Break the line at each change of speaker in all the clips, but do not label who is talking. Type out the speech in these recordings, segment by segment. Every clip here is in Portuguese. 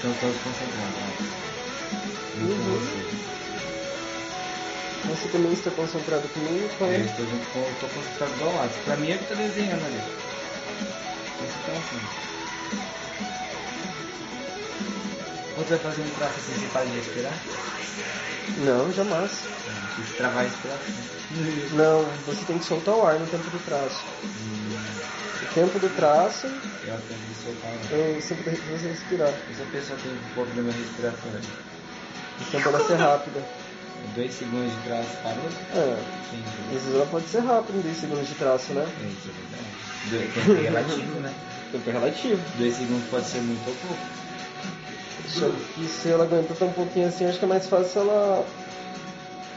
Todos concentrados. né? Junto com
Uhum.
você.
Você também está concentrado comigo? Qual
Então, Eu
é?
estou junto com. Eu tô concentrado do lado. Pra mim é que tá desenhando ali. Você tá assim. Quando você vai fazer um traço assim, você para de respirar?
Não, jamais.
Tem que travar a respiração.
Não, você tem que soltar o ar no tempo do traço.
Hum,
O tempo do traço
Eu aprendi a soltar o ar.
é sempre que você respirar.
Essa pessoa tem um problema respiratório.
Então ela ser rápida.
Dois segundos de traço parou?
É, às
Entendi.
vezes ela pode ser rápida em 10 segundos de traço, né?
É isso, é verdade. Dois- Tempo é relativo, né?
Tempo é relativo.
Dois segundos pode ser muito ou pouco.
Só que se ela aguenta tão pouquinho assim, acho que é mais fácil ela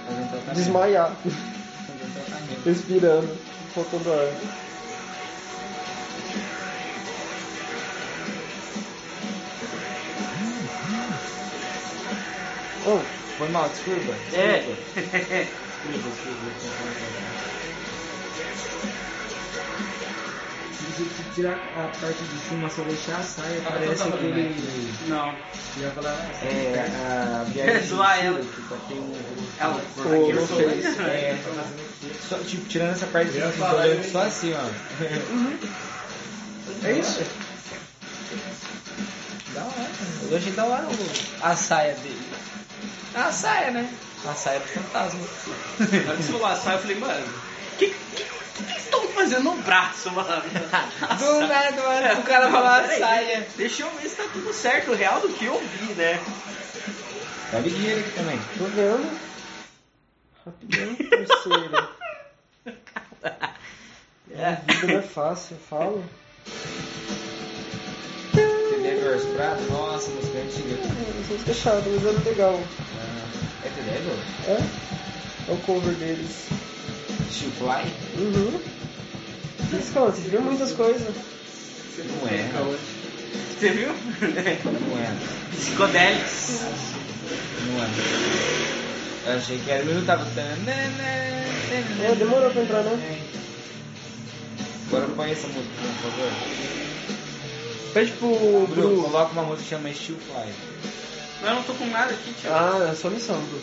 Fazer um tratamento.
desmaiar,
Fazer um tratamento.
respirando, faltando ar. Oh,
Foi mal, desculpa. desculpa.
É.
Desculpa, desculpa.
Se você tirar a parte de cima, só deixar a saia,
Ah,
parece
tá bom,
aquele.
Não.
Já falaram.
É, a
Quer
viagem.
zoar ela?
que
tipo,
só tem um.
Ela,
Pô,
aqui eu sou
vocês-
mais grande.
É, só, tipo, tirando essa parte de
Eu ia
cima, tô
falar
olhando
isso.
só assim, ó.
é isso?
Da hora. Eu achei da hora o- a saia dele. A saia, né? A saia do fantasma.
Na hora que você falou a saia, eu falei, mano, o que, que, que, que estão fazendo no braço, mano?
Do nada, mano, o cara né?" falou a saia.
Deixa eu ver se tá tudo certo, o real do que eu vi, né?
Tá dinheiro aqui também.
Tô vendo. Rapidão, parceiro. A
É.
vida não é fácil, eu falo.
Você deve Girls é Prado? Nossa, música antiga.
Vocês fecharam, mas era legal.
Ah, é The Devil?
É? É o cover deles.
Shoot Fly?
Uhum. Vocês, cara, vocês viram muitas coisas.
Não é.
né?
Você viu?
Não é.
Psicodélicos.
Não é. Eu achei que era. Mas não tava. É,
É, demorou pra entrar, né?
Agora põe essa música, por favor.
Pede pro
Bruno,
Bru.
coloca uma música que chama Shoot Fly.
Mas eu não tô com nada aqui, tio.
Ah, é só missão, Bru.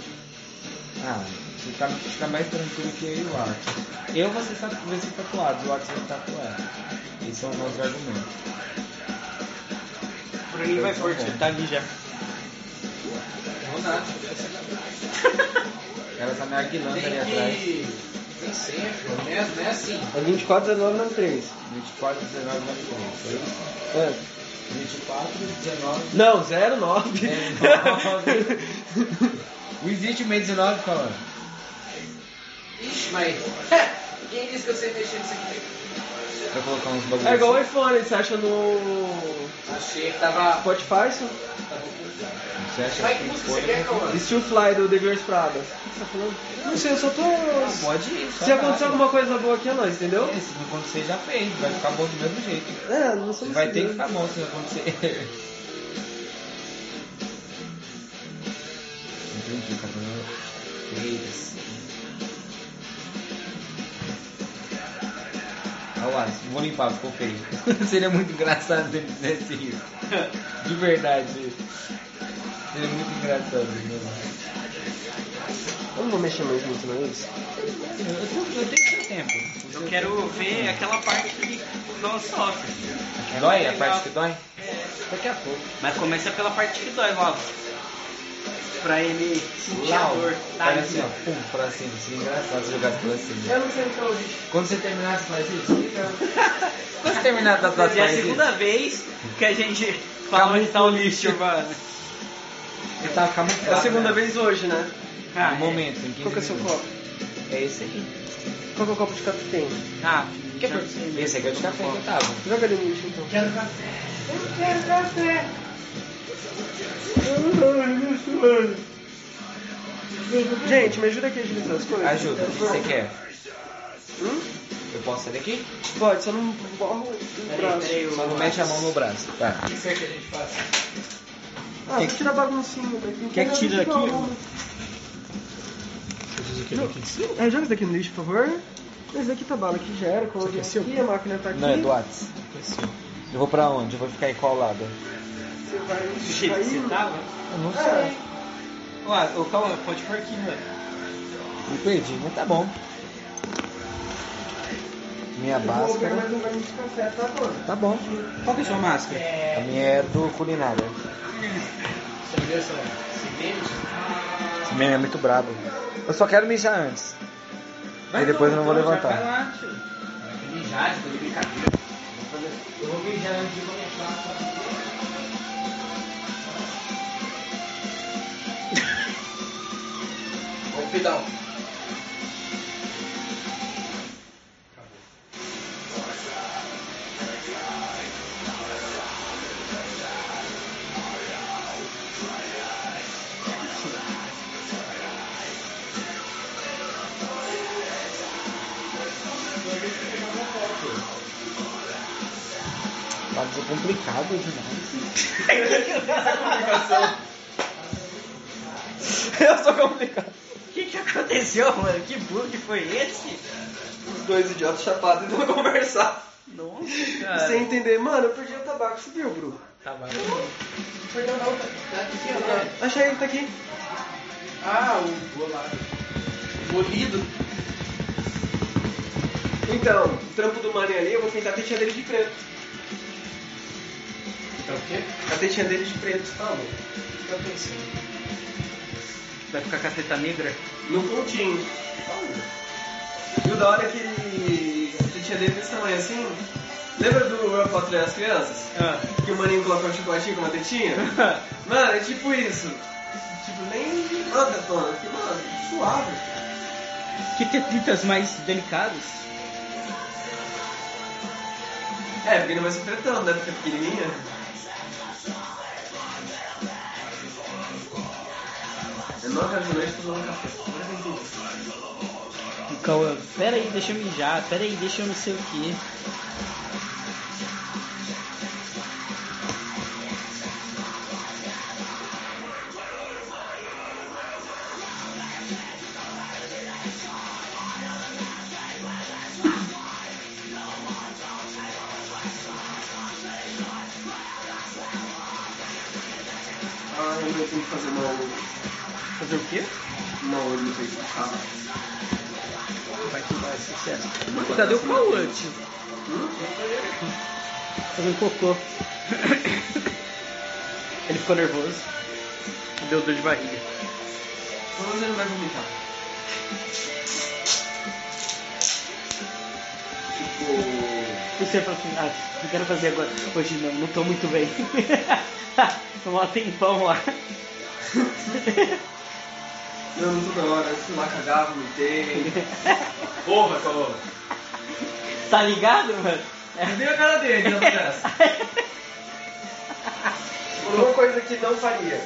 Ah, você tá, você tá mais tranquilo que eu e o Arco. Eu você sabe que você tá tatuado, o Arco você tatuado. Esse é o nosso argumento.
O Bruninho vai forte, ele tá ali já.
Não nada, dessa
Ela tá me arguilando ali atrás.
Tem que. Tem sempre, não é, não é assim.
É 24, 19, 93.
24, 19, 93.
É.
24, 19.
Não, 09.
O Existe meio 19 falando.
Ixi, mas.
É.
Quem disse que eu sei mexer nisso aqui?
Vai colocar uns bagulhos. assim.
é igual o iPhone, você acha no
Achei que tava.
Spotify? isso?
Você acha
Mas que
que
música
foi?
você quer, Cauã?
Still Fly do The Girls Prada. O que você tá falando? Não sei, eu só tô...
Pode ir. só
Se acontecer
vai.
alguma coisa boa aqui é nós, entendeu?
É, Se não acontecer, já fez. Vai ficar bom do mesmo jeito.
É, não sou
Vai ter que
decidido.
ficar bom se não acontecer. Entendi, tá bom. Eita. Olha lá, vou limpar, ficou feio. Seria muito engraçado se ele fizesse isso. De verdade. Seria muito engraçado, meu.
Eu não vou mexer mais muito, não é isso?
Eu, eu, eu tenho seu tempo.
Eu quero ver aquela parte que não sofre.
Dói? A parte que dói? Daqui a pouco.
Mas começa pela parte que dói logo. Pra ele sentir a
Lau,
dor. Tá,
faz assim, ó. Pum, pra cima. Seria engraçado se jogasse pra cima.
Eu não sei o que eu ouvi.
Quando você terminar, você faz isso? Quando você terminar, tá
Mas é a
faz isso?
segunda vez que a gente fala onde tá o lixo, mano.
Você tá camuflado.
É a segunda
né?
vez hoje, né?
Ah,
No momento, em 15
Qual que é o seu
minutos.
copo?
É esse aqui.
Qual que é o copo de café que tem?
Ah,
Que
já
que-
sei.
Esse aqui é o de café que eu tava.
Joga ali no lixo, então.
Quero café.
Gente, me ajuda aqui a agilizar as coisas.
Ajuda, o que você quer?
Hum?
Eu posso sair daqui?
Pode, só não borra o braço.
Só não mete a mão no braço. Tá.
O que será que a gente faz?
Ah,
Quer
vou tirar a baguncinha daqui. não
Quer
tem
que tire
nada de
daqui,
bagunça. É, joga isso daqui no lixo, por favor. Esse daqui tá bala, que gera, coloquei aqui, a máquina tá aqui.
Não, é do Whats. Eu vou pra onde? Eu vou ficar em qual lado?
você vai.
Do jeito que você
vai-
tava.
Eu não sei.
Ó, ô, calma, pode pôr aqui, mano.
Eu perdi, mas tá bom. Minha
Eu vou ver mais
máscara.
um banho de café, tá bom?
Tá bom.
Qual que é a sua máscara?
A minha é do culinária.
Você me deu essa semente?
Esse menino é muito brabo. Eu só quero mijar antes.
Vai
e depois eu
então,
não vou
então, já
levantar.
vai lá, tio.
Mijar, de brincadeira. Vou fazer- Eu vou mijar antes de começar. Ô, Pidão.
Tá é complicado demais.
Eu sou complicado. O que que aconteceu, mano? Que bug foi esse?
Os dois idiotas chapados e vão conversar.
Nossa, cara.
Sem entender, mano, eu perdi o tabaco, você viu, Bru?
Tá bom.
Perdão, não. Tá tá aqui, ó.
Achei ele tá aqui.
Ah, o bolado. Bolido.
Então, o trampo do Mane ali, eu vou pintar a tetinha dele de preto.
Então o quê? Tá
A tetinha dele de preto.
Não, o que eu pensei?
Vai ficar caceta negra?
No pontinho. Viu da hora que a tetinha dele desse tamanho assim? Lembra do Real Potter e as crianças? Que o maninho colocou um chicotinho com uma tetinha?
Ah.
Mano, é tipo isso. Tipo, nem manda, tona. Que, mano, suave.
que tetitas mais delicadas.
É, porque não vai se tretando, né? Porque é pequenininha. É nove horas da noite, tô tomando café. Agora eu entendi.
Cauã, pera aí, deixa eu mijar, pera aí, deixa eu não sei o que.
Ah, eu tenho que fazer uma...
Fazer o quê?
Uma olho de café.
Vai que vai, sucesso. Mano, cadê o Cauã, tio?
Hum?
Fazer um cocô. Ele ficou nervoso. Deu dor de barriga.
Pelo menos ele não vai vomitar. Tipo.
Você falou assim, ah, não quero fazer agora. Hoje não, não tô muito bem. Tô mó tempão lá.
Não, não tô da hora. Fui lá cagar, vomitei.
Porra, calou.
Tá ligado, mano?
Dei a cara dele, não acontece. Uma coisa que não faria.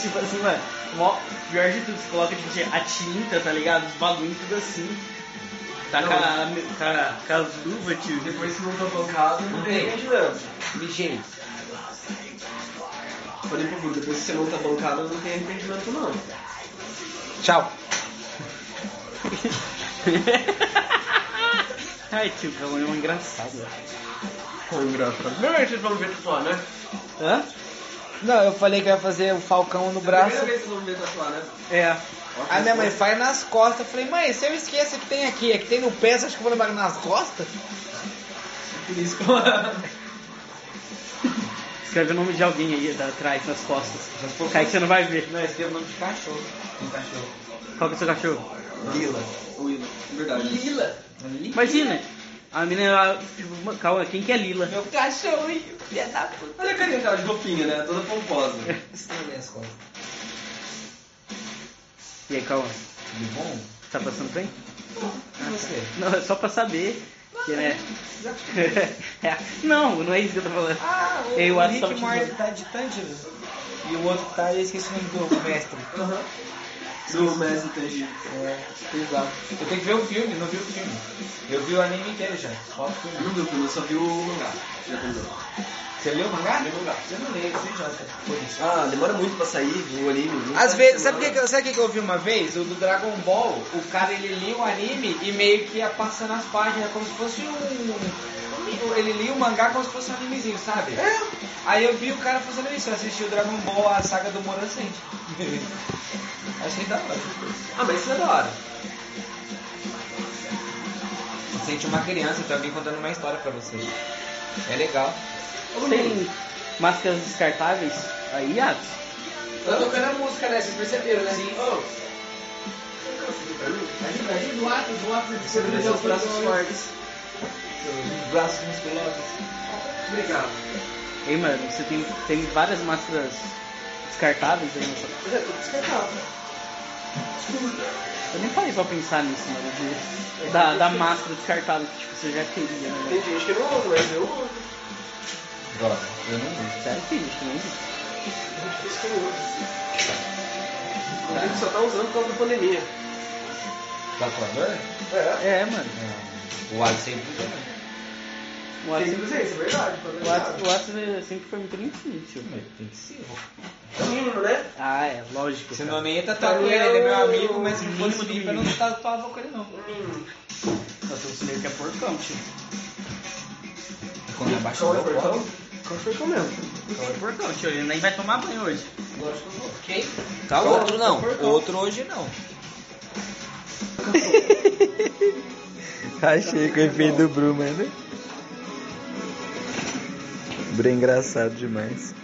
tipo assim, mano, mó, pior de tudo, você coloca tipo, a tinta, tá ligado? Os bagulho tudo assim. Tá com a, com a- com as luvas, tio.
Depois se não tô focado, não tem imaginando.
Mijei.
Falei pro Bruno, depois que você não tá bancado, não tem arrependimento não.
Tchau.
Ai, tio, Calma é um engraçado.
Foi engraçado. Primeiro vocês vão ver tatuar, né?
Hã?
Não, eu falei que ia fazer um falcão no braço.
Primeira vez que vocês vão ver tatuar, né?
É.
Aí minha mãe faz nas costas. Eu falei, mãe, se eu esqueço que tem aqui, é que tem no pé, você acha que eu vou levar nas costas?
Por isso que eu...
Escreve o nome de alguém aí da- atrás, nas costas. Cai que você não vai ver.
Não, esse deu o nome de cachorro. Um cachorro.
Qual que é o seu cachorro?
Lila. O Lila. Verdade.
Lila.
Imagina. A menina, ela, tipo, mano, calma, quem que é Lila?
Meu cachorrinho, filha da puta.
Olha a carinha dela de roupinha, né? Toda pomposa.
Estranho minhas costas.
E aí, calma.
Tudo bom?
Tá passando bem?
E você?
Não, é só pra saber. Que, né? É, não, não é isso que eu tô falando.
Ah, o
Eu acho que
Rick
tá muito
Morty tá de Tanjiro. E o outro tá, eu esqueci o nome do mestre.
Aham. Do Messi Tangi.
É, exato. Eu tenho que ver o filme, não vi o filme. Eu vi o anime inteiro já, só o filme.
Eu não vi o filme, eu só vi o mangá. Já entendeu?
Você leu o mangá?
Li o mangá.
Eu não leio, eu sou idiota. Por isso.
Ah, demora muito pra sair do anime. não
Às
sai
vezes,
semana.
sabe o que, sabe o que que eu vi uma vez? O do Dragon Ball, o cara ele lia o anime e meio que ia passando as páginas como se fosse um, li- ele lia o mangá como se fosse um animezinho, sabe? Aí eu vi o cara fazendo isso, eu assisti o Dragon Ball, a saga do Moro Ascend. Achei da hora.
Ah, mas isso é da hora.
Você Sente uma criança também contando uma história pra você. É legal.
Tem máscaras descartáveis aí, ah, Atos?
Tá tocando a música, né? Vocês perceberam, né? Sim. Ajuda, ajuda o Atos, o Atos.
Você tem seus braços fortes.
Os braços musculosos.
Obrigado.
Ei, mano, você tem, tem várias máscaras descartáveis aí
Eu
nessa.
é
já tô descartado.
Eu nem parei pra pensar nisso, mano. de- da, da máscara descartável que tipo, você já queria, né?
Tem gente que não usa, mas eu uso.
Droga, eu não uso.
Sério que isso, não existe.
Tem gente que não É usa. A gente só tá usando por causa da pandemia.
Tatuador?
É.
É, mano.
Não. O Alisson sempre usa. né?
O Atos
Tem que dizer isso, é verdade. pra
o Atos-
verdade.
o Atos sempre foi muito limpinho, tio.
Mas Tem que ser.
É o mínimo, né?
Ah, é, lógico.
Você
cara.
não nem ia tatuar ele, ele é meu amigo, mas se fosse limpo eu não tatuava com ele não.
O mínimo.
Só tem uns meio que é porcão, tio.
Quando abaixa
Qual é
o
o portão?
copo.
Qual foi o portão mesmo?
Só é porcão, tio. Ele nem vai tomar banho hoje.
Quem?
Tá
Qual?
outro não.
Qual?
Outro hoje não.
Tá
Achei que o efeito do Bruno, né?
é
Bem engraçado demais.